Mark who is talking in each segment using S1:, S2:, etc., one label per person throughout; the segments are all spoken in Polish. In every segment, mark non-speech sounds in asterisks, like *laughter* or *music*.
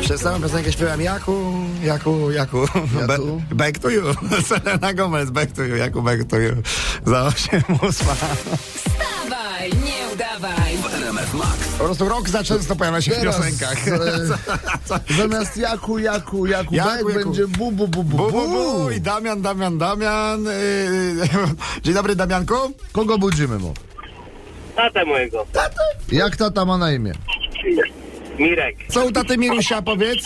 S1: przez całą piosenkę śpiewam Jaku, Jaku, Jaku. Be, back to you. *laughs* Selena Gomez, back to you, Jaku, back to you. Za 8 ósma.
S2: Wstawaj, nie udawaj.
S1: Po prostu rok za często pojawia się
S3: Teraz,
S1: w piosenkach. *laughs*
S3: e, Zamiast jaku, jaku,
S1: Jaku,
S3: jaku, jak
S1: jaku.
S3: będzie bu, bu, bu, bu,
S1: Bu,
S3: bu.
S1: bu, bu. I Damian, Damian, Damian. Yy, *laughs* Dzień dobry, Damianku.
S3: Kogo budzimy mu?
S4: Tatę mojego.
S3: Jak tata ma na imię?
S4: Mirek.
S1: Co u taty Mirusia, powiedz?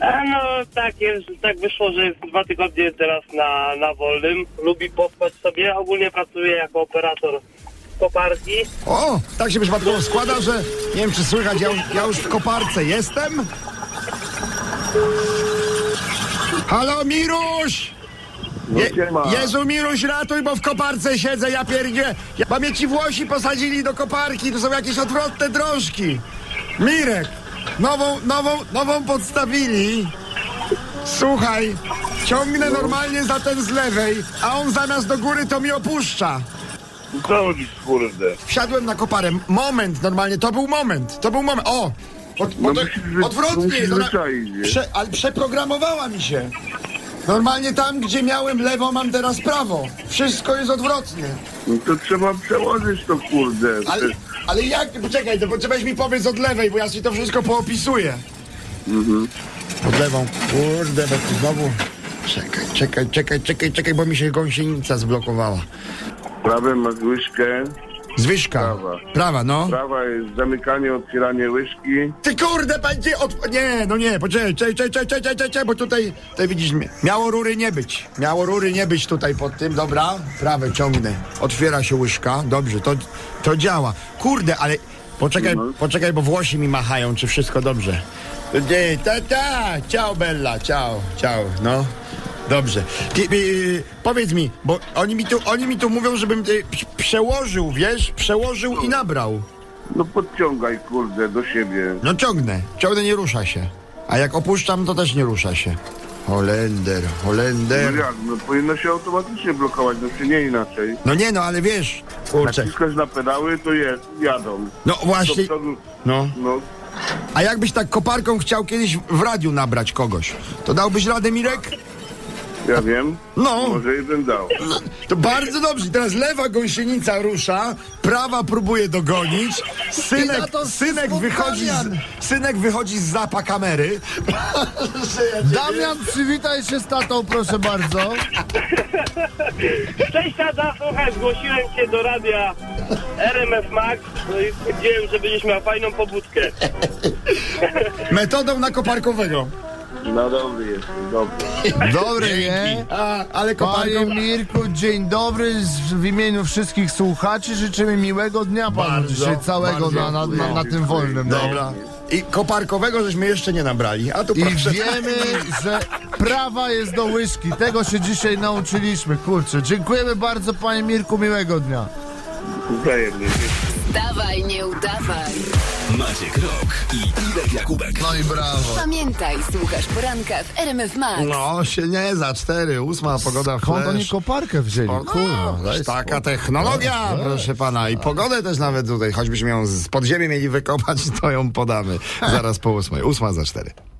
S4: A no tak jest, tak wyszło, że jest dwa tygodnie teraz na, na wolnym. Lubi pospać sobie. Ogólnie pracuje jako operator koparki.
S1: O, tak się przypadkowo składa, że nie wiem, czy słychać, ja, ja już w koparce jestem. Halo, Miruś! Je, Jezu, Miruś, ratuj, bo w koparce siedzę, ja pierdzie. Ja, bo mnie ci Włosi posadzili do koparki, tu są jakieś odwrotne drążki. Mirek, nową, nową, nową podstawili. Słuchaj, ciągnę normalnie za ten z lewej, a on zamiast do góry to mi opuszcza.
S5: Co robisz, kurde?
S1: Wsiadłem na koparę. Moment, normalnie, to był moment. To był moment. O! Od,
S5: No
S1: od,
S5: musisz wy-
S1: odwrotnie,
S5: musisz
S1: ona-
S5: wyczaić, nie?
S1: prze, ale przeprogramowała mi się. Normalnie tam, gdzie miałem lewo, mam teraz prawo. Wszystko jest odwrotnie.
S5: No to trzeba przełożyć to, kurde.
S1: Ale, ale jak, poczekaj, to potrzebujesz mi powiedz od lewej, bo ja ci to wszystko poopisuję.
S5: Mhm.
S1: Od lewą. Kurde, bo tu znowu. Czekaj, czekaj, czekaj, czekaj, czekaj, bo mi się gąsienica zblokowała.
S5: Prawem masz łyżkę,
S1: Zwyżka.
S5: Prawa.
S1: Prawa, no.
S5: prawa jest zamykanie, otwieranie łyżki.
S1: Ty kurde, będzie od... Nie, no nie, poczekaj, czekaj, czekaj, czekaj, czekaj, czekaj, czekaj, bo tutaj, tutaj widzisz, mnie. miało rury nie być. Miało rury nie być tutaj pod tym, dobra, prawe ciągnę. Otwiera się łyżka, dobrze, to, to działa. Kurde, ale poczekaj, poczekaj, bo Włosi mi machają, czy wszystko dobrze. Nie, ta, ta, ciao Bella, ciao, ciao, no. Dobrze. Ty, y, powiedz mi, bo oni mi tu, oni mi tu mówią, żebym y, przełożył, wiesz, przełożył i nabrał.
S5: No podciągaj, kurde, do siebie.
S1: No ciągnę, ciągnę nie rusza się. A jak opuszczam, to też nie rusza się. Holender,
S5: No
S1: Holender.
S5: jak, no powinno się automatycznie blokować, no czy nie inaczej.
S1: No nie no, ale wiesz, kurczę.
S5: Naciskasz na pedały, to jest, jadą.
S1: No
S5: Do
S1: właśnie,
S5: przodu,
S1: no.
S5: no.
S1: A jakbyś tak koparką chciał kiedyś w radiu nabrać kogoś, to dałbyś radę, Mirek?
S5: Ja wiem.
S1: No.
S5: Może jeden dał.
S1: To bardzo dobrze. Teraz lewa gąsienica rusza, prawa próbuje dogonić, synek,
S3: I na to
S1: synek,
S3: skok
S1: wychodzi z,
S3: Damian.
S1: synek wychodzi z zapa kamery.
S3: Damian, przywitaj się z tatą, proszę bardzo.
S4: Cześć tata, słuchaj, zgłosiłem cię do radia RMF Max no i stwierdziłem, że będziesz miał fajną pobudkę.
S1: Metodą na koparkowego.
S5: No dobry jest, dobry.
S1: *laughs* Dobry,
S3: Nie.
S1: A, ale koparką...
S3: Panie Mirku, dzień dobry. Z, w imieniu wszystkich słuchaczy życzymy miłego dnia panu
S1: Bardzo,
S3: dzisiaj całego
S1: bardzo No.
S3: na, na, na, na tym wolnym. dniu.
S1: Dobra. I koparkowego żeśmy jeszcze nie nabrali, a tu
S3: I
S1: patrzę-
S3: wiemy, że prawa jest do łyżki. Tego się dzisiaj nauczyliśmy. Kurczę, dziękujemy bardzo panie Mirku, miłego dnia.
S5: Wzajemnie.
S2: Wstawaj, nie udawaj.
S6: Maciek Rok i Irek Jakubek.
S3: No i brawo.
S2: Pamiętaj, słuchasz poranka w RMF Max.
S1: No się nie za cztery, ósma pogoda w No,
S3: Skąd oni koparkę wzięli? Kurwa, daj
S1: Taka
S3: spokój.
S1: technologia, proszę pana. I pogodę też nawet tutaj, choćbyśmy ją z podziemi mieli wykopać, to ją podamy. Zaraz po ósmej. Ósma za cztery.